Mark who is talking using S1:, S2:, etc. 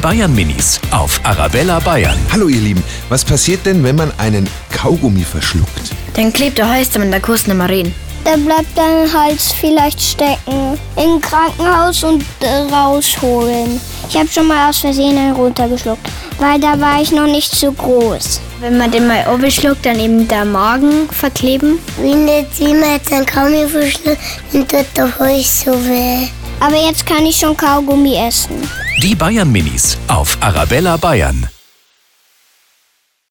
S1: Bayern Minis auf Arabella Bayern.
S2: Hallo ihr Lieben, was passiert denn, wenn man einen Kaugummi verschluckt?
S3: Dann klebt der Hals an der Kussnummerin.
S4: Der bleibt dann halt vielleicht stecken. Im Krankenhaus und äh, rausholen. Ich habe schon mal aus Versehen einen runtergeschluckt, weil da war ich noch nicht so groß.
S3: Wenn man den mal schluckt, dann eben der Magen verkleben.
S5: Wenn der Zimmer jetzt einen Kaugummi verschluckt, dann tut der Hals so weh.
S4: Aber jetzt kann ich schon Kaugummi essen.
S1: Die Bayern Minis auf Arabella Bayern.